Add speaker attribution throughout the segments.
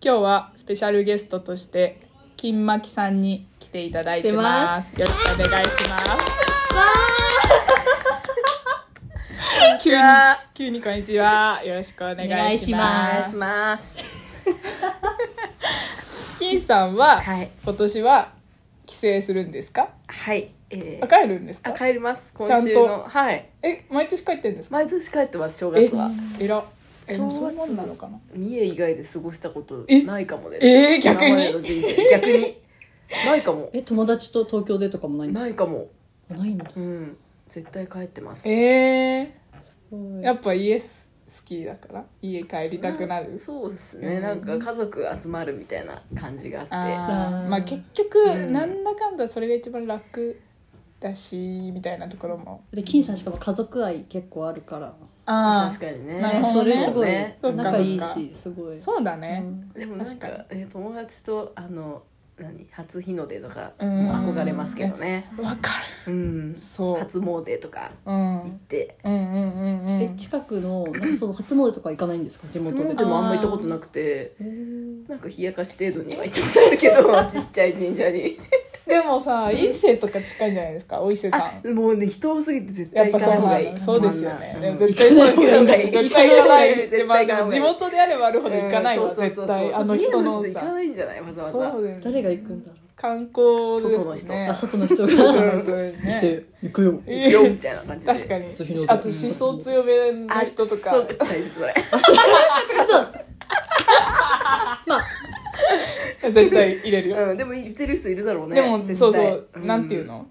Speaker 1: 今日はスペシャルゲストとして金巻さんに来ていただいてますよろしくお願いします急に急にこんにちはよろしくお願
Speaker 2: お願
Speaker 1: い
Speaker 2: い
Speaker 1: し
Speaker 2: し
Speaker 3: お願
Speaker 1: ま
Speaker 2: ま
Speaker 3: い
Speaker 1: す
Speaker 3: します。
Speaker 1: 金さんは、
Speaker 3: はい
Speaker 1: 今年は帰省するんですか
Speaker 3: はい。え
Speaker 1: あ
Speaker 3: ー、
Speaker 1: 帰るんです
Speaker 3: あ
Speaker 1: か
Speaker 3: 帰ります。今
Speaker 1: ちゃん
Speaker 3: 週
Speaker 1: と
Speaker 3: のはい。
Speaker 1: え毎年帰ってんですか
Speaker 3: 毎年帰ってます正
Speaker 1: え
Speaker 3: 月は。
Speaker 1: えらえ
Speaker 3: 正月
Speaker 1: そうなんなのかな
Speaker 3: 三重以外で過ごしたこと
Speaker 1: え
Speaker 3: ないかもです。
Speaker 1: えー逆に
Speaker 3: 今までの人 生逆にないかも
Speaker 2: え友達と東京でとかもないんです
Speaker 3: ないかも。
Speaker 2: かないんだ
Speaker 3: うん絶対帰ってます。
Speaker 1: えー、や
Speaker 2: っ
Speaker 1: っぱ家好きだから家帰りたくなる
Speaker 3: そうです
Speaker 1: う
Speaker 3: ね
Speaker 1: ん
Speaker 3: なんか家族集まるみたいな感じがあっ
Speaker 1: あ
Speaker 2: う
Speaker 1: ー
Speaker 2: ん
Speaker 1: まあ結局、
Speaker 3: うん
Speaker 1: なんだかんだそれが一番楽だしみたいなところも
Speaker 2: で金さんしかも家族愛結構あるから、
Speaker 1: あ
Speaker 3: て確かにね
Speaker 1: なる
Speaker 2: ね、
Speaker 1: ほど
Speaker 2: そ
Speaker 1: ね
Speaker 2: れすごい
Speaker 3: ね
Speaker 1: そっか
Speaker 2: 仲いい
Speaker 1: そっ
Speaker 2: しすごい
Speaker 1: そうだね、
Speaker 2: うん
Speaker 3: でもなんか
Speaker 1: 確か
Speaker 3: えー友達とあの何初日の出とか
Speaker 1: うん
Speaker 3: も憧れますけどね
Speaker 1: わか
Speaker 3: うん
Speaker 1: るそう、
Speaker 3: 初詣とか
Speaker 1: うん、う
Speaker 3: 行っ
Speaker 1: ん
Speaker 3: て
Speaker 1: うんうんうん
Speaker 2: え近くのなんかその初詣とか行かないんですか地
Speaker 3: 地
Speaker 2: 元
Speaker 3: 元
Speaker 2: で
Speaker 3: でもあんま行ったことなくて
Speaker 2: へー
Speaker 3: なんか冷やかし程度には行ってましたけ どちっちゃい神社に
Speaker 1: でもさ伊勢とか近いんじゃないですかお伊勢さん
Speaker 3: もうね人多すぎて絶
Speaker 1: やっ
Speaker 3: 対
Speaker 1: ぱそ
Speaker 3: 行か
Speaker 1: う
Speaker 3: ない
Speaker 1: な
Speaker 3: 方
Speaker 1: んだ
Speaker 3: が
Speaker 1: そうで
Speaker 3: いい
Speaker 1: すよね、
Speaker 3: うん
Speaker 1: でも絶対そうですよね
Speaker 3: 行
Speaker 1: 絶
Speaker 3: か
Speaker 1: 対
Speaker 3: ない
Speaker 1: 行かない
Speaker 3: 絶
Speaker 1: で
Speaker 3: 対
Speaker 1: まあで
Speaker 3: 行か
Speaker 1: も
Speaker 3: ない
Speaker 1: 地元であればあるほど行かないわ、
Speaker 3: うんそう
Speaker 1: 絶
Speaker 3: そうそう
Speaker 1: 対あの人の
Speaker 3: 家人行か
Speaker 1: さ
Speaker 3: ないんじゃないわざわ
Speaker 1: そう
Speaker 3: ざ
Speaker 1: です
Speaker 2: 誰が行くんだろ
Speaker 1: 観光
Speaker 3: 外の
Speaker 1: です
Speaker 3: 人
Speaker 1: ね
Speaker 2: うあ外の人
Speaker 1: 外
Speaker 2: が
Speaker 1: の人 ね
Speaker 2: 店行くよ
Speaker 1: え
Speaker 3: 行くよみたいな感じで
Speaker 1: 確かに
Speaker 2: 初日の出
Speaker 1: あと思想強めの人とか
Speaker 3: あそう最初それ
Speaker 1: 絶対入れるよ、
Speaker 3: うんでも行ってる人いるだろうね
Speaker 1: でも
Speaker 3: 絶対
Speaker 1: そうそう、
Speaker 3: ん
Speaker 1: なんていうの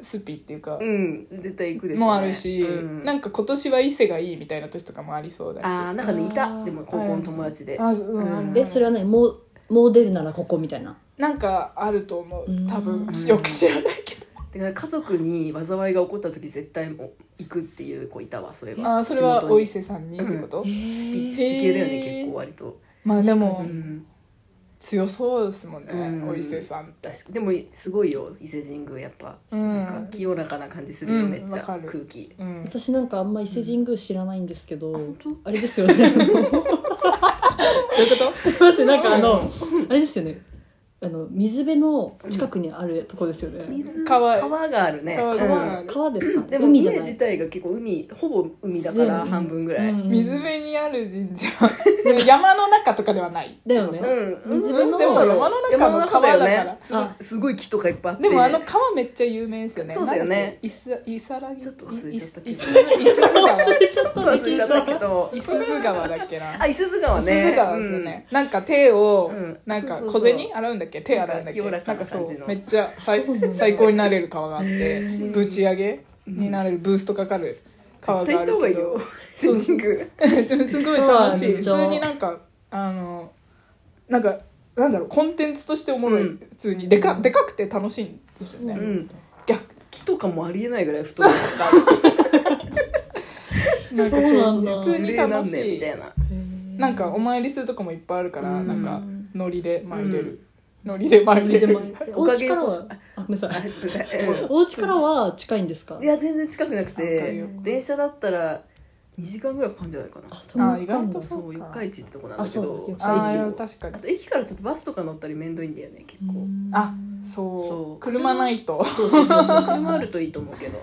Speaker 1: スピっていうか、
Speaker 3: うん絶対行くでしょうね
Speaker 1: もあるし、
Speaker 3: うん
Speaker 1: なんか今年は伊勢がいいみたいな年とかもありそうだし
Speaker 3: あーなんかねいたでも高校の友達で
Speaker 1: あそう
Speaker 3: うん
Speaker 2: えそれはねもうもう出るならここみたいな
Speaker 1: なんかあると思う多分
Speaker 2: うん
Speaker 1: よく知らないけど
Speaker 3: だから家族に災いが起こった時絶対もう行くっていう子いたわそういえば
Speaker 1: あーそれは
Speaker 3: 地元
Speaker 1: お伊
Speaker 3: に
Speaker 1: 勢さんにってこと、
Speaker 3: スピ
Speaker 2: え
Speaker 3: スピ系だよ
Speaker 1: へ
Speaker 3: ね
Speaker 1: ー
Speaker 3: 結構割と、
Speaker 1: まあで
Speaker 3: う
Speaker 1: も
Speaker 3: ん、
Speaker 1: 強そうですもんね、
Speaker 3: うん
Speaker 1: お伊勢さんって
Speaker 3: 確かでもすごいよ伊勢神宮やっぱ、
Speaker 1: うん
Speaker 3: なんか清らかな感じするよ、
Speaker 1: うん
Speaker 3: めっちゃ
Speaker 1: わか
Speaker 3: 空
Speaker 1: る
Speaker 3: 気
Speaker 1: うん
Speaker 2: 私なんかあんま伊勢神宮知らないんですけど、
Speaker 3: 本
Speaker 2: あれですよねどういうことすいませんなんかあのあれですよねあの水辺の近くにあるとこですよね、
Speaker 3: 水
Speaker 1: 川
Speaker 3: 川があるね
Speaker 1: 川
Speaker 3: う
Speaker 1: が
Speaker 3: ん
Speaker 2: 川ですか
Speaker 3: でも
Speaker 2: 海じ
Speaker 3: 海
Speaker 2: ゃな
Speaker 3: 自
Speaker 2: い、
Speaker 3: 体が結構海ほぼ海だから
Speaker 2: うん
Speaker 3: 半分ぐらい、うん
Speaker 1: 水辺にある神社でも山の中とかではない
Speaker 2: だよね、水辺の
Speaker 3: でも
Speaker 1: 山の中の川だから
Speaker 3: 山の中すごい
Speaker 2: あ
Speaker 3: すごい木とかいっぱいあっ
Speaker 1: で
Speaker 3: て
Speaker 1: もあの川めっちゃ有名ですよね。
Speaker 3: そうだよね
Speaker 1: なんだっけ。いす、いさらぎ。
Speaker 3: ちょっと忘れちゃったけど
Speaker 1: いいす、いすず川。
Speaker 2: ちょっと
Speaker 3: 忘れちゃったけど
Speaker 1: いすず川だっけな。
Speaker 3: あ伊勢津川
Speaker 1: いす
Speaker 3: ね
Speaker 1: ず川ですよね。なんか手を
Speaker 3: うん、
Speaker 1: なんか
Speaker 3: そう
Speaker 1: 小
Speaker 3: そうそう
Speaker 1: 銭洗うんだっけ手洗うんだっけ
Speaker 3: なんか清ら
Speaker 1: な
Speaker 3: か
Speaker 1: んか
Speaker 3: な
Speaker 1: そ
Speaker 3: 感じの
Speaker 1: う。めっちゃ最
Speaker 2: そうなんだ
Speaker 1: 最高になれる川があって、ぶち上げになれるブーストかかる川
Speaker 3: 絶対
Speaker 1: が
Speaker 3: 行
Speaker 1: あ
Speaker 3: っ
Speaker 1: る
Speaker 3: た方がい
Speaker 1: け
Speaker 3: いよ
Speaker 1: ど。
Speaker 3: 伊勢神 宮
Speaker 1: でもすごい楽しい。
Speaker 2: う
Speaker 1: 普
Speaker 2: んじゃあ
Speaker 1: 通になんか、あの、なんか、なんだろう、コンテンツとしておもろい。
Speaker 3: うん
Speaker 1: 普通に。でか、でかくて楽しいんですよね。
Speaker 3: うん
Speaker 1: 逆
Speaker 3: 木とかもありえないぐらい太いとか
Speaker 1: なんか
Speaker 2: そうなんだ
Speaker 1: 普通に楽し
Speaker 3: 樹齢何年
Speaker 1: い
Speaker 3: みた。いな
Speaker 1: なんかお参りするとこもいっぱいあるから、
Speaker 3: うん
Speaker 1: なんかノリで参れる、ノリで参れる
Speaker 2: お家からはあごめんなさ
Speaker 3: あ
Speaker 2: い
Speaker 3: ごめんなさいうん
Speaker 2: お家からは近いんですか
Speaker 3: いや全然近くなく
Speaker 1: わかる
Speaker 3: て
Speaker 1: よ
Speaker 3: 電車だったら2時間ぐらいかかるんじゃないかな
Speaker 2: あそうなんだ
Speaker 1: あ意外と
Speaker 3: そ
Speaker 1: そうう
Speaker 3: 四
Speaker 1: か
Speaker 3: 日市ってとこなんだけ
Speaker 2: あそう
Speaker 3: ど
Speaker 2: だ
Speaker 3: 四
Speaker 1: ああ
Speaker 3: 日市を
Speaker 1: 確かに
Speaker 3: あと駅からちょっとバスとか乗ったり面倒いんだよね結構
Speaker 1: あそう
Speaker 3: そう
Speaker 1: 車ないと
Speaker 3: そうそうそうそう車あるといいと思うけど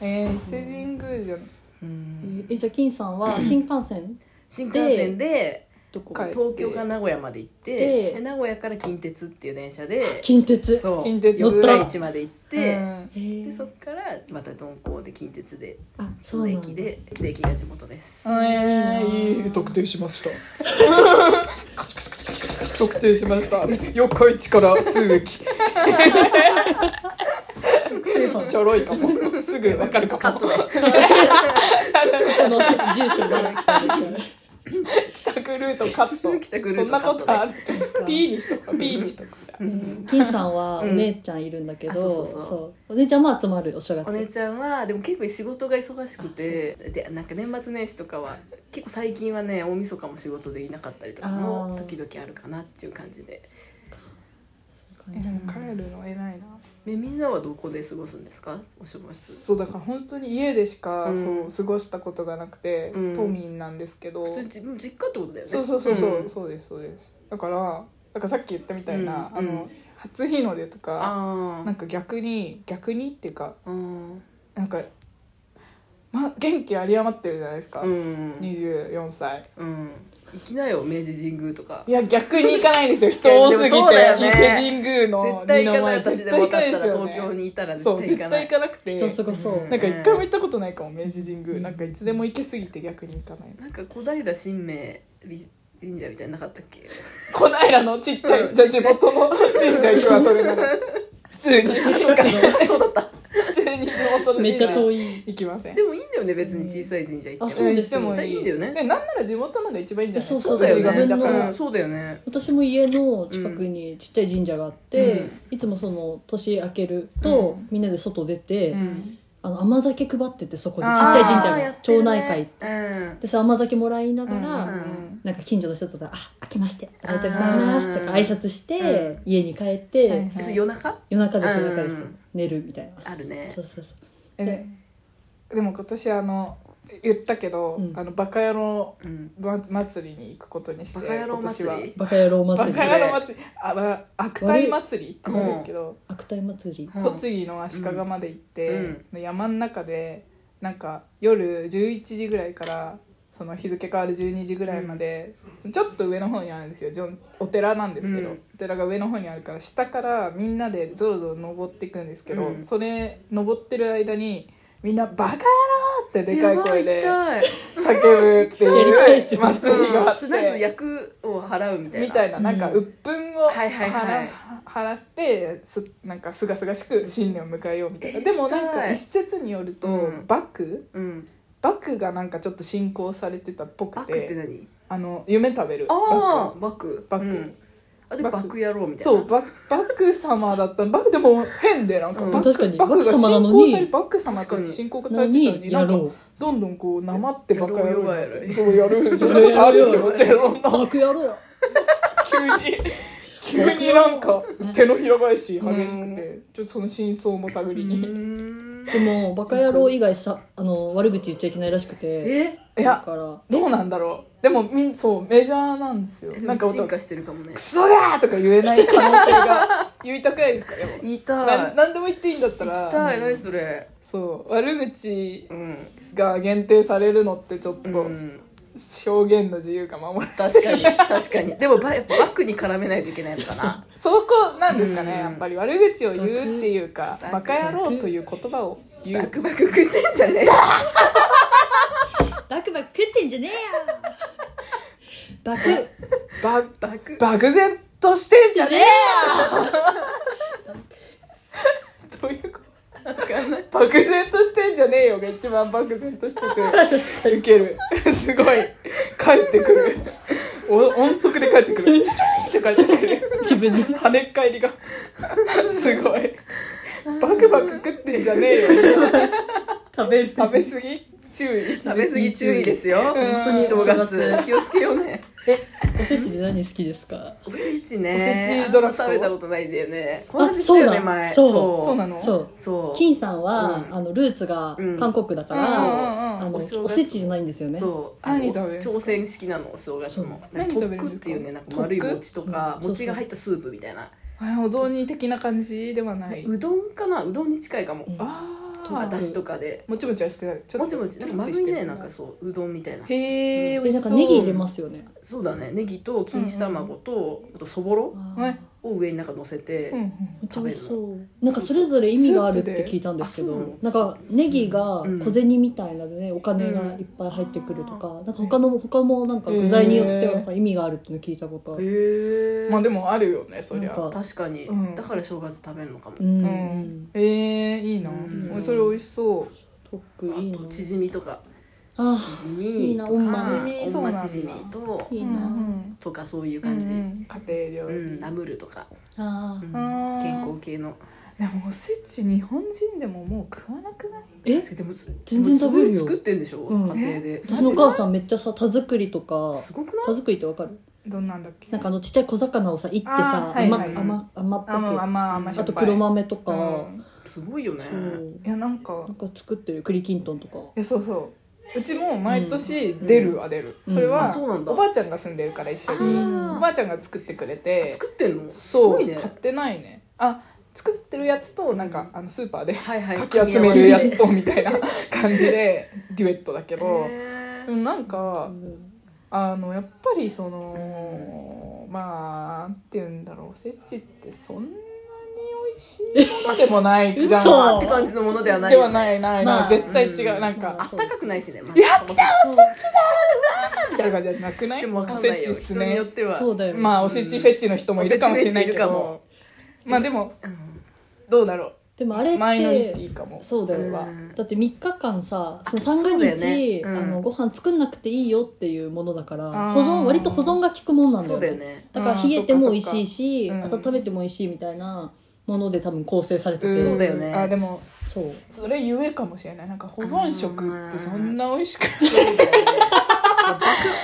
Speaker 1: えー、伊勢神宮じゃん
Speaker 3: うん
Speaker 2: えじゃあ金さんは新幹線
Speaker 3: 新幹線で
Speaker 2: どこ
Speaker 1: 帰って
Speaker 3: 東京から名古屋まで行って
Speaker 2: で
Speaker 3: で名古屋から近鉄っていう電車で
Speaker 2: 近鉄
Speaker 3: そう
Speaker 1: 近鉄
Speaker 2: 乗っ
Speaker 3: 四
Speaker 2: た
Speaker 3: 日市まで行っ
Speaker 1: う
Speaker 3: て
Speaker 1: ん
Speaker 2: へー
Speaker 3: でそっからまた鈍行で近鉄で
Speaker 2: あ
Speaker 3: そ
Speaker 2: そう
Speaker 3: の
Speaker 2: なんだ
Speaker 3: 駅でで駅が地元です
Speaker 1: え
Speaker 2: いい
Speaker 1: ー、
Speaker 2: ない
Speaker 1: い特定しました 特定しました四日市から数 駅ちょろいかもすぐわかる
Speaker 3: カ
Speaker 1: か
Speaker 3: ッ
Speaker 1: も
Speaker 3: トで
Speaker 2: この住所が来たんで
Speaker 1: 帰宅ルートカット
Speaker 3: 帰宅ルート
Speaker 1: そんな
Speaker 3: カ
Speaker 1: こ
Speaker 3: ット
Speaker 1: と
Speaker 3: で
Speaker 1: ある P にしとくか P にしとくか
Speaker 3: うん
Speaker 2: 金さんはお姉ちゃんいるんだけ
Speaker 3: うんあそうそ
Speaker 2: ど
Speaker 3: うそう
Speaker 2: そうお姉ちゃんも集まるお正月
Speaker 3: お姉ちゃんはでも結構仕事が忙しくてでなんか年末年始とかは結構最近はね大晦日も仕事でいなかったりとかも
Speaker 2: あー
Speaker 3: 時々あるかなっていう感じで
Speaker 2: そういう
Speaker 1: え
Speaker 2: 感じ
Speaker 1: でも帰るの偉いな
Speaker 3: えみんなはどこで過ごすんですかお正月
Speaker 1: そうだから本当に家でしか、
Speaker 3: うん
Speaker 1: そう過ごしたことがなくて、
Speaker 3: うん
Speaker 1: 都民なんですけど
Speaker 3: 普通に実実家ってことだよね
Speaker 1: そうそうそうそう、
Speaker 3: ん
Speaker 1: そうですそうですだからなんかさっき言ったみたいな、
Speaker 3: うん
Speaker 1: あ
Speaker 3: う
Speaker 1: の初日の出とか
Speaker 3: あ
Speaker 1: なんか逆に逆にっていうか
Speaker 3: あうん
Speaker 1: なんか、ま、元気有り余ってるじゃないですか、
Speaker 3: うん、
Speaker 1: 24歳
Speaker 3: うん、行きなよ明治神宮とか
Speaker 1: いや逆に行かないんですよ人多すぎて、
Speaker 3: でもそうだよね
Speaker 1: 伊勢神宮の
Speaker 3: 絶対行かない
Speaker 1: 二
Speaker 3: 私で
Speaker 1: の舞
Speaker 3: もだったら
Speaker 1: 絶対行かない
Speaker 3: 東京にいたら絶
Speaker 1: そう
Speaker 3: 対行
Speaker 1: 絶
Speaker 3: かな
Speaker 1: 対
Speaker 3: い
Speaker 1: 行かなくて
Speaker 2: 人すごそう、
Speaker 3: うん
Speaker 1: なんか一回も行ったことないかも明治神宮なんかいつでも行けすぎて逆に行かない
Speaker 3: なんか小平神明神社みたいなのなかったっけ
Speaker 1: こないだのちっちゃいじゃあ地元の神社行くわそれなら普通に
Speaker 3: そうかそうだった
Speaker 1: 普通に地元の
Speaker 2: めっちゃ遠
Speaker 1: い
Speaker 2: い
Speaker 1: 行きません
Speaker 3: でもいいんだよね別に小さい神社行って
Speaker 2: そ
Speaker 3: も、
Speaker 2: うですよ
Speaker 1: 行っても
Speaker 3: いいんだよね
Speaker 1: でなんなら地元のが一番いいんじゃないですか
Speaker 2: そう
Speaker 3: だよ
Speaker 1: 土
Speaker 3: ね
Speaker 1: 地が
Speaker 2: 自分
Speaker 1: だか
Speaker 2: の
Speaker 1: ら
Speaker 3: うん、そうだよね
Speaker 2: 私も家の近くにちっちゃい神社があって、
Speaker 3: うん
Speaker 2: いつもその年明けると、
Speaker 1: うん
Speaker 2: みんなで外出て、
Speaker 1: うん
Speaker 2: あの甘酒配っててそこでちっ
Speaker 1: あー
Speaker 2: ちゃい神
Speaker 3: あー
Speaker 2: 社
Speaker 3: や
Speaker 2: が
Speaker 3: ってる
Speaker 2: 町
Speaker 3: ね
Speaker 2: 内会
Speaker 3: うん
Speaker 2: でその甘酒もらいながら、
Speaker 1: うん
Speaker 2: なんか近所の人とか「あ明けましておめでとうございます」とか挨拶して、家に帰って、
Speaker 1: はいはい
Speaker 3: えそれ夜中
Speaker 2: 夜中です
Speaker 3: うん
Speaker 2: 夜中です、寝るみたいな
Speaker 3: あるね
Speaker 2: そうそうそう
Speaker 1: えでも今年あの言ったけど、
Speaker 2: うん
Speaker 1: あのバカ野郎
Speaker 3: うん
Speaker 1: ま祭りに行くことにして
Speaker 3: バカ野郎祭り
Speaker 1: 今年は
Speaker 2: バカ野郎
Speaker 1: バ
Speaker 2: 祭り
Speaker 1: カ野郎祭りあら悪態祭りって言うんですけど、
Speaker 2: 悪態祭り
Speaker 3: うん
Speaker 1: 栃木の足利まで行って、
Speaker 3: うん
Speaker 1: で山の中でなんか夜11時ぐらいからその日付変わる12時ぐらいまで、ちょっと上の方にあるんですよじょんお寺なんですけど、
Speaker 3: うん
Speaker 1: お寺が上の方にあるから下からみんなでぞろぞろ登っていくんですけど、
Speaker 3: うん
Speaker 1: それ登ってる間にみんな「バカ野郎!」ってでかい声で
Speaker 3: や ばい行きたい
Speaker 1: 叫ぶって
Speaker 2: やりたいです
Speaker 1: いう
Speaker 2: よ
Speaker 1: 祭りがあっ
Speaker 3: う
Speaker 1: て
Speaker 3: んとりあえず役を払うみたいな
Speaker 1: みたいななんか
Speaker 2: うん
Speaker 1: 鬱憤を
Speaker 3: はいはいはい
Speaker 1: 晴らしてすなんかすがすがしく新年を迎えようみたいな
Speaker 3: え
Speaker 1: でも
Speaker 3: 行きたい
Speaker 1: なんか一説によると
Speaker 3: うん
Speaker 1: 幕
Speaker 3: うん
Speaker 1: 幕がなんかちょっと進行されてたっぽ
Speaker 3: バ
Speaker 1: く
Speaker 3: クって
Speaker 1: て
Speaker 3: 何
Speaker 1: あの夢食べる
Speaker 3: あ
Speaker 1: 幕
Speaker 3: あバク
Speaker 1: バク
Speaker 3: うんあで
Speaker 1: バク
Speaker 3: バクやろうみたいな
Speaker 1: そうバ幕様だった幕でも変でなんか
Speaker 3: うん
Speaker 1: 幕
Speaker 2: 確かに
Speaker 1: 幕が
Speaker 2: 幕様な
Speaker 1: 進
Speaker 2: の
Speaker 1: 行
Speaker 2: に
Speaker 1: され幕様と
Speaker 3: 確か
Speaker 1: して
Speaker 3: に
Speaker 1: 進行さ
Speaker 2: の
Speaker 1: れてたの
Speaker 2: に
Speaker 1: に
Speaker 2: や
Speaker 1: なんか
Speaker 2: ろう
Speaker 1: どんどんこうなまってバカ野郎
Speaker 3: やろうやろうやろ
Speaker 1: ど
Speaker 3: う
Speaker 1: うやるそんなことあるって思ってそんな
Speaker 2: バカ野郎
Speaker 1: 急に 急になんか手のひら返し激しくてちょっとその真相も探り
Speaker 3: う
Speaker 1: に
Speaker 3: ーん
Speaker 2: で もバカ野郎以外さあの悪口言っちゃいけないらしくて
Speaker 3: え
Speaker 1: い
Speaker 2: だ
Speaker 1: や
Speaker 2: から
Speaker 1: どうなんだろうでもみんそうメジャーなんですよな
Speaker 3: な
Speaker 1: んん
Speaker 3: か
Speaker 1: か
Speaker 3: 進
Speaker 1: 音
Speaker 3: 化してるかもね
Speaker 1: クソだーとか言えない可能性が 言いたくないですかでも
Speaker 3: 言いた
Speaker 1: ない何でも言っていいんだった
Speaker 3: 行
Speaker 1: ら
Speaker 3: きたい何それ
Speaker 1: そう悪口
Speaker 3: うん
Speaker 1: が限定されるのってちょっと
Speaker 3: うん
Speaker 1: 表現の自由が守る
Speaker 3: 確かに 確かにでもババクに絡めないといけないのかな
Speaker 1: そこなんですか
Speaker 3: うん
Speaker 1: ねやっぱり悪口を言うっていうか
Speaker 3: バ
Speaker 1: バ
Speaker 3: カ
Speaker 1: カ野郎という言葉を言
Speaker 3: バ
Speaker 1: う
Speaker 3: クバク食ってんじゃね
Speaker 2: バクバク食ってんじゃね えよバク
Speaker 1: バ
Speaker 3: えバク
Speaker 1: 漠然としてんじ
Speaker 2: じ
Speaker 1: ゃ
Speaker 2: ゃ
Speaker 1: ね
Speaker 2: ね
Speaker 1: え
Speaker 2: え
Speaker 1: どういうこと
Speaker 3: わかんない
Speaker 1: 漠然としてんじゃねえよが一番漠然として てウケる すごい帰ってくるお音速で帰ってくる チャチャンって帰ってくる
Speaker 2: よ自分の
Speaker 1: 跳ねっ返りがすごいバクバク食ってんじゃねえよ
Speaker 2: 食べる
Speaker 1: 食べ過ぎ注意
Speaker 3: 食べ過ぎ注意ですよ
Speaker 1: 本当に
Speaker 3: 正
Speaker 2: お正
Speaker 3: 月
Speaker 2: 月
Speaker 3: 気をつけようね
Speaker 2: おせちで何好きですか
Speaker 3: おせちね
Speaker 1: おせちドラフト
Speaker 3: あんま食べたことないんだよねこの
Speaker 2: あ
Speaker 3: 話した
Speaker 2: そう
Speaker 3: よ
Speaker 2: な
Speaker 3: ね
Speaker 2: の
Speaker 3: 前
Speaker 2: そう
Speaker 1: そうなの
Speaker 2: そう
Speaker 3: そう
Speaker 2: 金さんは、
Speaker 3: うん
Speaker 2: あのルーツが
Speaker 3: うん
Speaker 2: 韓国だから、
Speaker 3: うん
Speaker 1: うん
Speaker 2: あの
Speaker 3: お
Speaker 2: お
Speaker 3: 正月
Speaker 2: せちじゃないんですよね
Speaker 3: そう
Speaker 1: 何
Speaker 3: あの
Speaker 1: 食べる
Speaker 3: 朝鮮式なのお正月も
Speaker 1: そう何
Speaker 3: ト
Speaker 1: 食べる
Speaker 3: ッ
Speaker 1: ん
Speaker 3: ク
Speaker 1: ですか
Speaker 3: っていうねなんか
Speaker 1: トック
Speaker 3: 丸い餅とか
Speaker 2: うん
Speaker 3: 餅が入ったスープみたいな
Speaker 1: あお雑煮的な感じではない、
Speaker 3: うどんかなうどんに近いかも
Speaker 2: うん
Speaker 1: あ
Speaker 2: ん
Speaker 1: あ
Speaker 3: 私とかで
Speaker 1: もちもちはしてないちょっ
Speaker 3: も
Speaker 1: と
Speaker 3: ちもちなんか
Speaker 1: キリッ
Speaker 3: 丸
Speaker 1: てし
Speaker 3: い
Speaker 1: てる
Speaker 3: ねなんかそううどんみたいな
Speaker 1: へえ美
Speaker 2: で
Speaker 1: 味し
Speaker 2: なん
Speaker 1: そ
Speaker 2: か
Speaker 1: う
Speaker 2: ネギ入れますよね
Speaker 3: そうだねネギと錦糸卵とあとそぼろ
Speaker 2: あ
Speaker 1: は
Speaker 2: ー
Speaker 1: い
Speaker 3: を上になんか乗せて
Speaker 1: うんうん
Speaker 2: めっちゃ美味しそうなんかそれぞれ意味があるって聞いたんですけ
Speaker 3: スープ
Speaker 2: ど
Speaker 3: で
Speaker 2: なんかネギが
Speaker 3: うん
Speaker 2: 小銭みたいなのでねお金がいっぱい入ってくるとか、なんか他の他もなんか具材によってはなんか意味があるっていうの聞いたことある、
Speaker 3: へえ
Speaker 1: まあでもあるよねそりゃ
Speaker 2: なんか
Speaker 3: 確かに
Speaker 1: うん
Speaker 3: だから正月食べるのかも
Speaker 2: うん
Speaker 1: う
Speaker 2: うん
Speaker 1: んえー、いいな、
Speaker 3: うん
Speaker 1: それ美味しそう
Speaker 2: 特いい
Speaker 3: あ
Speaker 2: な
Speaker 3: とチヂミとか
Speaker 2: あ
Speaker 3: チ
Speaker 2: ー
Speaker 3: ヂミ
Speaker 2: いいな
Speaker 3: とか
Speaker 2: おんま
Speaker 3: チヂミ
Speaker 1: そう
Speaker 3: お
Speaker 1: なんん
Speaker 3: ま
Speaker 1: だ
Speaker 3: チヂミと
Speaker 2: いいな、
Speaker 1: うん
Speaker 3: とかそういう
Speaker 1: うん
Speaker 3: 感じ
Speaker 1: うんうん家庭料
Speaker 3: う
Speaker 1: 理、
Speaker 3: んナムルとか
Speaker 2: あ
Speaker 3: う
Speaker 2: ー
Speaker 3: ん
Speaker 1: あー
Speaker 3: 健康系の
Speaker 1: でもおせち日本人でももう食わなくない
Speaker 2: え
Speaker 3: 確かにでも
Speaker 2: 全然食べるよ
Speaker 3: でもすごい作ってんでしょ
Speaker 2: うん
Speaker 3: 家庭で
Speaker 2: 私のお母
Speaker 3: ん
Speaker 2: さんめっちゃさ田作りとか
Speaker 3: すごくない
Speaker 2: 田作りってわかる
Speaker 1: どんなんだっけ
Speaker 2: なんかあのちっちゃい小魚をさいってさ
Speaker 1: あーはい
Speaker 2: 甘
Speaker 1: はい
Speaker 2: 甘甘っぽ
Speaker 1: あもう
Speaker 2: く
Speaker 1: 甘甘しょ
Speaker 2: あ
Speaker 1: っ
Speaker 2: と
Speaker 1: ぱい
Speaker 2: 黒豆とか、
Speaker 1: うん
Speaker 3: すごいよね
Speaker 2: そう
Speaker 1: いやなんか
Speaker 2: なんか作ってる栗きんとんとか
Speaker 1: いやそうそううちも毎年出るは出る、
Speaker 2: うん
Speaker 1: それ
Speaker 2: うん
Speaker 1: は
Speaker 3: あ、そうなんだ
Speaker 1: おばあちゃんが住んでるから一緒
Speaker 2: う
Speaker 1: に
Speaker 2: ん
Speaker 1: お
Speaker 3: あ
Speaker 1: ばあちゃんが作ってくれ
Speaker 3: ー
Speaker 1: て
Speaker 3: 作ってんの
Speaker 1: そ
Speaker 3: すご
Speaker 1: う、
Speaker 3: いね
Speaker 1: 買ってないねあ作ってるやつとなんか、あのスーパーで
Speaker 3: はいはい
Speaker 1: かき集めるやつとみたいな感じでデュエットだけ
Speaker 3: け
Speaker 1: ど、
Speaker 3: へ
Speaker 1: で
Speaker 3: ー
Speaker 1: もなん
Speaker 2: う
Speaker 1: か
Speaker 2: ん
Speaker 1: あのやっぱりそのまあなんて言うんだろうおせちってそんなに美味しいものでもない じゃん
Speaker 2: 嘘
Speaker 3: って感じのものではない
Speaker 1: で
Speaker 3: よね
Speaker 1: はないないない、
Speaker 2: まあ
Speaker 1: 絶対違う、
Speaker 3: うん
Speaker 1: なんか、
Speaker 3: あったかくないしね、ま
Speaker 1: や
Speaker 3: った
Speaker 1: みたいな感じじゃなくない
Speaker 3: でもわか
Speaker 1: お
Speaker 3: んない
Speaker 1: せ
Speaker 3: よ
Speaker 1: ちっす
Speaker 3: 人に
Speaker 1: ね
Speaker 3: よっては
Speaker 2: そうだよね
Speaker 1: まあおせちフェチの人もいるかもしれないけ
Speaker 3: うん
Speaker 1: どまあでも
Speaker 3: うん
Speaker 1: どうだろ
Speaker 2: でもあれ
Speaker 1: うマイノリ
Speaker 2: っ
Speaker 1: テ
Speaker 2: て
Speaker 1: ィかも
Speaker 2: そうだよ
Speaker 1: れは
Speaker 3: うん
Speaker 2: だって3日間さその
Speaker 3: そ
Speaker 2: 三が
Speaker 3: うだよ
Speaker 2: 日、
Speaker 3: ねうん
Speaker 2: あのご飯作んなくていいよっていうものだから
Speaker 1: あー
Speaker 2: 保存割と保存が効くもんなんだ
Speaker 3: そ
Speaker 2: よ
Speaker 3: うだ
Speaker 2: ね
Speaker 3: よね
Speaker 2: だから冷えても美味しいし、
Speaker 1: うんそっかそっかうん
Speaker 2: 温めても美味しいみたいなもので多分構成されてて、
Speaker 1: ん
Speaker 3: そうだよね
Speaker 1: あでも
Speaker 2: そう
Speaker 1: それゆえかもしれないなんか保存食ってそんな美味しく
Speaker 3: そうだよね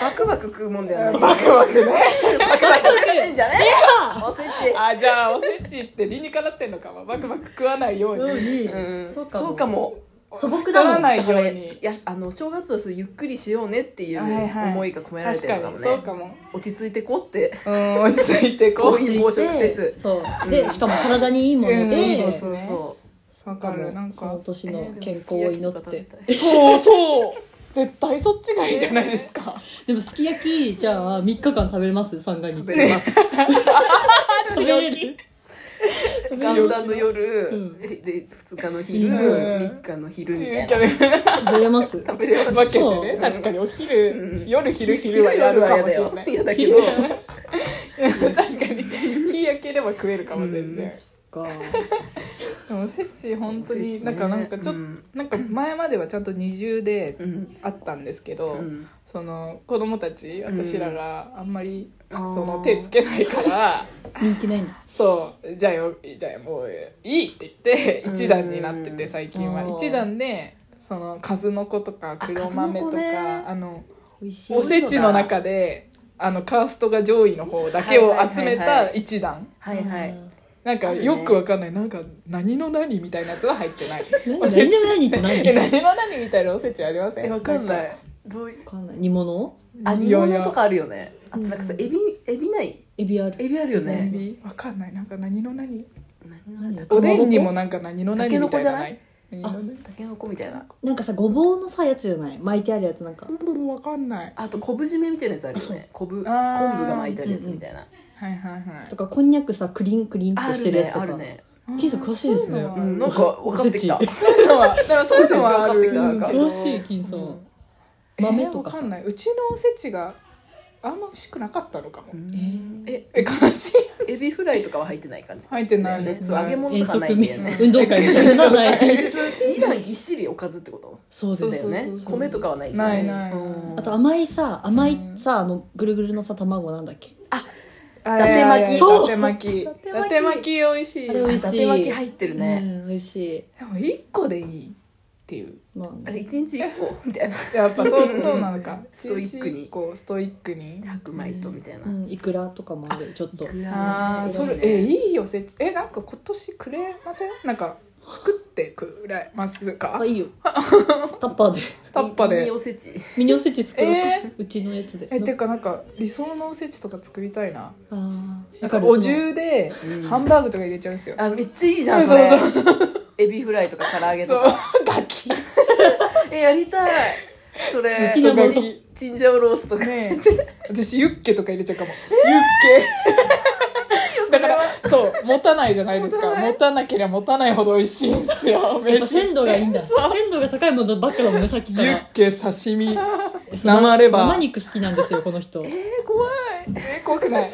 Speaker 3: バクバク食うもんだよね
Speaker 1: バクバクね
Speaker 3: バクバク食ってんじゃねえよおせち
Speaker 1: あじゃあおせちって理にかなってんのかもバクバク食わないように
Speaker 3: うん
Speaker 2: そうかも
Speaker 3: そうかも
Speaker 2: 素朴
Speaker 1: 太
Speaker 2: だも
Speaker 1: ら
Speaker 2: ん
Speaker 1: な
Speaker 3: だ
Speaker 1: い
Speaker 3: か
Speaker 1: よ
Speaker 3: ら
Speaker 1: う
Speaker 3: い
Speaker 1: に
Speaker 3: やあの正月はそうゆっくりしようねっていう
Speaker 1: はいはい
Speaker 3: 思いが込められ
Speaker 1: 確
Speaker 3: てる
Speaker 1: か
Speaker 3: のかも
Speaker 1: に
Speaker 3: ね、
Speaker 1: そうかも
Speaker 3: 落ち着いてこうって
Speaker 1: うん落ち着いてこ
Speaker 3: こ
Speaker 1: う
Speaker 3: ういう暴食節
Speaker 2: そう
Speaker 3: う
Speaker 2: で
Speaker 3: ん
Speaker 2: しかも体にいいもので、
Speaker 1: うん
Speaker 3: そうそ
Speaker 1: わかるなん
Speaker 2: その
Speaker 1: か
Speaker 2: 年
Speaker 3: う
Speaker 2: の健康を祈って、
Speaker 1: そうそう絶対そっちがいいじゃないです か
Speaker 2: でもすき焼きじゃあ3日間食べれます三が日
Speaker 3: 食べれます
Speaker 2: 食べれる
Speaker 3: 元旦の夜、
Speaker 2: うん
Speaker 3: で2日の昼、
Speaker 2: うん
Speaker 3: 3日の昼みたいな
Speaker 2: 食べれます
Speaker 3: 食べれます
Speaker 1: 分けて
Speaker 2: そう
Speaker 1: ね確かにお昼、
Speaker 3: うん
Speaker 1: 夜昼昼はやるかもしれない
Speaker 3: 嫌だよ嫌だけど
Speaker 1: 確かに日焼ければ食えるかも全然、
Speaker 3: うん
Speaker 2: か
Speaker 1: でもおせち本当
Speaker 3: おせ
Speaker 1: に、
Speaker 3: ちね
Speaker 1: なんかなんかちょっと、
Speaker 3: うん
Speaker 1: なんか前まではちゃんと二重で
Speaker 3: うん
Speaker 1: あったんですけど、
Speaker 3: うん
Speaker 1: その子供たち私らがあんまり、
Speaker 3: あー
Speaker 1: その手つけない から
Speaker 2: 人気ないんだ
Speaker 1: そうじゃあよじゃあもういいって言って
Speaker 3: うん
Speaker 1: 一段になってて最近
Speaker 2: あ
Speaker 1: は
Speaker 2: ー
Speaker 1: 一段でその数の子とか黒豆と
Speaker 3: 数の子
Speaker 1: か
Speaker 3: ね
Speaker 1: あの
Speaker 2: 美味しい
Speaker 1: おせちの中であのカーストが上位の方だけを集め
Speaker 3: はいはい
Speaker 1: た
Speaker 3: はいは
Speaker 1: 一段
Speaker 3: はいはい
Speaker 1: なんか
Speaker 3: あるね
Speaker 1: よくわかんないなんか何の何みたいなやつは入 ってない
Speaker 2: 何
Speaker 1: お
Speaker 2: 何
Speaker 1: せ
Speaker 2: で
Speaker 1: ち
Speaker 2: も何って何
Speaker 1: え何の何みたいなおせちありませ
Speaker 3: え
Speaker 1: ん
Speaker 3: わかんな
Speaker 1: か
Speaker 3: いどういう
Speaker 2: わかんない煮物
Speaker 3: あ煮物とかあるよねあ
Speaker 2: や
Speaker 3: となんかさエビエビない
Speaker 2: エビある
Speaker 3: エビあるよ
Speaker 1: いやいや
Speaker 3: ね
Speaker 1: 何わかんないなんか何の何
Speaker 3: 何の
Speaker 1: おでんにもなんか何の何みたいなの
Speaker 2: のこじゃない
Speaker 1: 何の
Speaker 3: たけのこみたいな
Speaker 2: なんかさごぼうのさやつじゃない巻いてあるやつなんか
Speaker 1: 何もわかんない
Speaker 3: あと昆布締めみたいなやつあるよね昆布昆布
Speaker 1: あー
Speaker 3: が巻いてあるやつみたいな
Speaker 1: はいはいはい
Speaker 2: とかこんにゃくさクリンクリンと
Speaker 3: あ
Speaker 2: し
Speaker 3: る
Speaker 2: てるや
Speaker 3: ね
Speaker 2: つとか
Speaker 3: あるね
Speaker 2: キーさん詳しいですね
Speaker 1: そう
Speaker 3: う
Speaker 1: いうのは
Speaker 3: んなんか分かってきた
Speaker 2: おせち
Speaker 1: そういうのは、でもそういうのはある
Speaker 3: そういうのは分かってきた
Speaker 2: 詳しい金さん、
Speaker 1: うん
Speaker 2: 豆
Speaker 1: えー
Speaker 2: と
Speaker 1: わ
Speaker 2: かさ
Speaker 1: かんないうちのおせちがあんま美味しくなかったのかも、
Speaker 2: ー
Speaker 3: え
Speaker 1: え悲しい
Speaker 3: エビフライとかは入ってない感じ
Speaker 1: 入ってない
Speaker 3: ね
Speaker 1: です
Speaker 3: そう揚げ物
Speaker 2: 遠
Speaker 3: とか
Speaker 2: 足
Speaker 3: ないんだよね
Speaker 2: 運動会みたいなのない
Speaker 3: 2段ぎっしりおかずってこと
Speaker 2: そう
Speaker 3: そう
Speaker 2: で
Speaker 3: だ
Speaker 2: す
Speaker 3: よね
Speaker 2: ね
Speaker 3: 米とかはない
Speaker 1: ないない
Speaker 2: あと甘いさ甘いさあのぐるぐるのさ卵なんだっけ
Speaker 1: あ
Speaker 3: 伊達巻き
Speaker 1: いやいや
Speaker 2: そう
Speaker 1: 伊達巻き伊
Speaker 2: 達巻き
Speaker 1: 達巻き美味しい
Speaker 2: あ
Speaker 1: でも
Speaker 2: れ美味しい
Speaker 3: 伊達巻き入ってるね
Speaker 2: うん美味しい
Speaker 1: 一個でいいっていう
Speaker 2: まあ
Speaker 3: だから1日1個みたいな
Speaker 1: やっぱそうそうなのか
Speaker 3: ストイックに
Speaker 1: こうストイックに
Speaker 3: 白米とみたいな
Speaker 2: うん、いくらとかもあるちょっと
Speaker 1: ああそれえいいよせちえなんか今年くれませんなんか作ってくれますか
Speaker 2: あいいよタッパーで
Speaker 1: タッパ
Speaker 3: いい
Speaker 1: で
Speaker 3: おせち
Speaker 2: ミニおせち作ろう、
Speaker 1: え
Speaker 2: うちのやつで
Speaker 1: えてかなんか理想のおせちとか作りたいな
Speaker 2: あー
Speaker 1: な
Speaker 2: わ
Speaker 1: んか
Speaker 2: かる
Speaker 1: お重で
Speaker 3: うん
Speaker 1: ハンバーグとか入れちゃうんですよ
Speaker 3: あめっちゃいいじゃんそれ
Speaker 1: そう
Speaker 3: エビフライとか唐揚げ
Speaker 1: そ
Speaker 3: と
Speaker 1: う
Speaker 3: か
Speaker 1: ガキ
Speaker 3: えやりたいそれ
Speaker 2: 好きなもの
Speaker 3: チンチンジャオロースとか
Speaker 1: ねえ私ユッケとか入れちゃうかも、ユッケだからそう持たないじゃないですか持たなけりゃ持たないほど美味しいんです よ
Speaker 2: やっぱ
Speaker 1: 飯
Speaker 2: 鮮度がいいんだ鮮度が高いものばっかだもんねさっきか
Speaker 1: ユ
Speaker 2: ら
Speaker 1: ッケ刺身
Speaker 2: そう
Speaker 1: 生レバー
Speaker 2: 生肉好きなんですよこの人
Speaker 3: えー怖い
Speaker 1: え怖く ない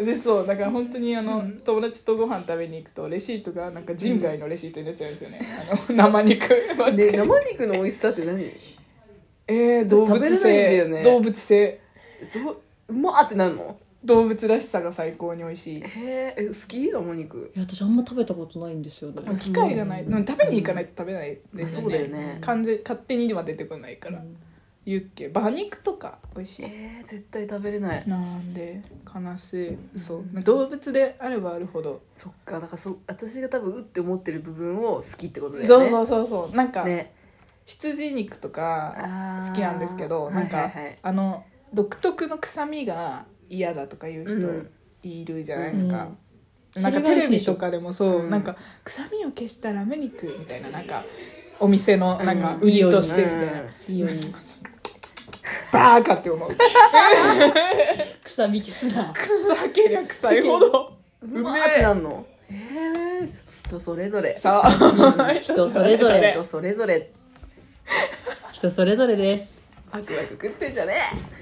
Speaker 1: 実はだから本当にあの、友達とご飯食べに行くとレシートがなんか人外のレシートになっちゃうんですよね、あの 生肉ばっかり
Speaker 3: ね生肉の美味しさって何
Speaker 1: えー、動
Speaker 3: 私食
Speaker 1: 物
Speaker 3: べれないんだ
Speaker 1: 性、
Speaker 3: よね
Speaker 1: 動物性
Speaker 3: どううまーってなるの
Speaker 1: 動物らしさが最高に美味しい
Speaker 3: へーえ好き生肉
Speaker 2: いや私あんま食べたことないんですよね
Speaker 1: 機会がない、でも食べに行かないと食べないですよね,、
Speaker 3: そうだよね
Speaker 1: 完全勝手には出てこないから、
Speaker 2: うん
Speaker 1: ユッケ馬肉とか美味しい
Speaker 3: えー、絶対食べれない
Speaker 1: なんで悲しい嘘動物であればあるほど
Speaker 3: そっかだからそ私が多分うって思ってる部分を好きってことだよ
Speaker 1: そ
Speaker 3: ね
Speaker 1: うそううそうそうなんか
Speaker 3: ね
Speaker 1: 羊肉とか
Speaker 3: 好
Speaker 1: 好きなんですけどなんか
Speaker 3: はいはいはい
Speaker 1: あの独特の臭みが嫌だとかいう人
Speaker 3: うん
Speaker 1: いるじゃないですか、
Speaker 2: うん
Speaker 1: なんかテレビとかでもそう、
Speaker 3: うん
Speaker 1: なんか臭みを消したラム肉みたいななんかお店のなんか
Speaker 3: うん
Speaker 1: 売りとしてみたいな、
Speaker 3: うん
Speaker 2: いいように
Speaker 1: バーカって思う
Speaker 2: 臭み消すな
Speaker 1: 臭けりゃ臭いほど
Speaker 3: うまーってなんのえー、人それぞれ
Speaker 1: さ
Speaker 2: うん人それぞれ
Speaker 3: 人それぞれ
Speaker 2: 人それぞれです
Speaker 3: ワクワク食ってんじゃねえ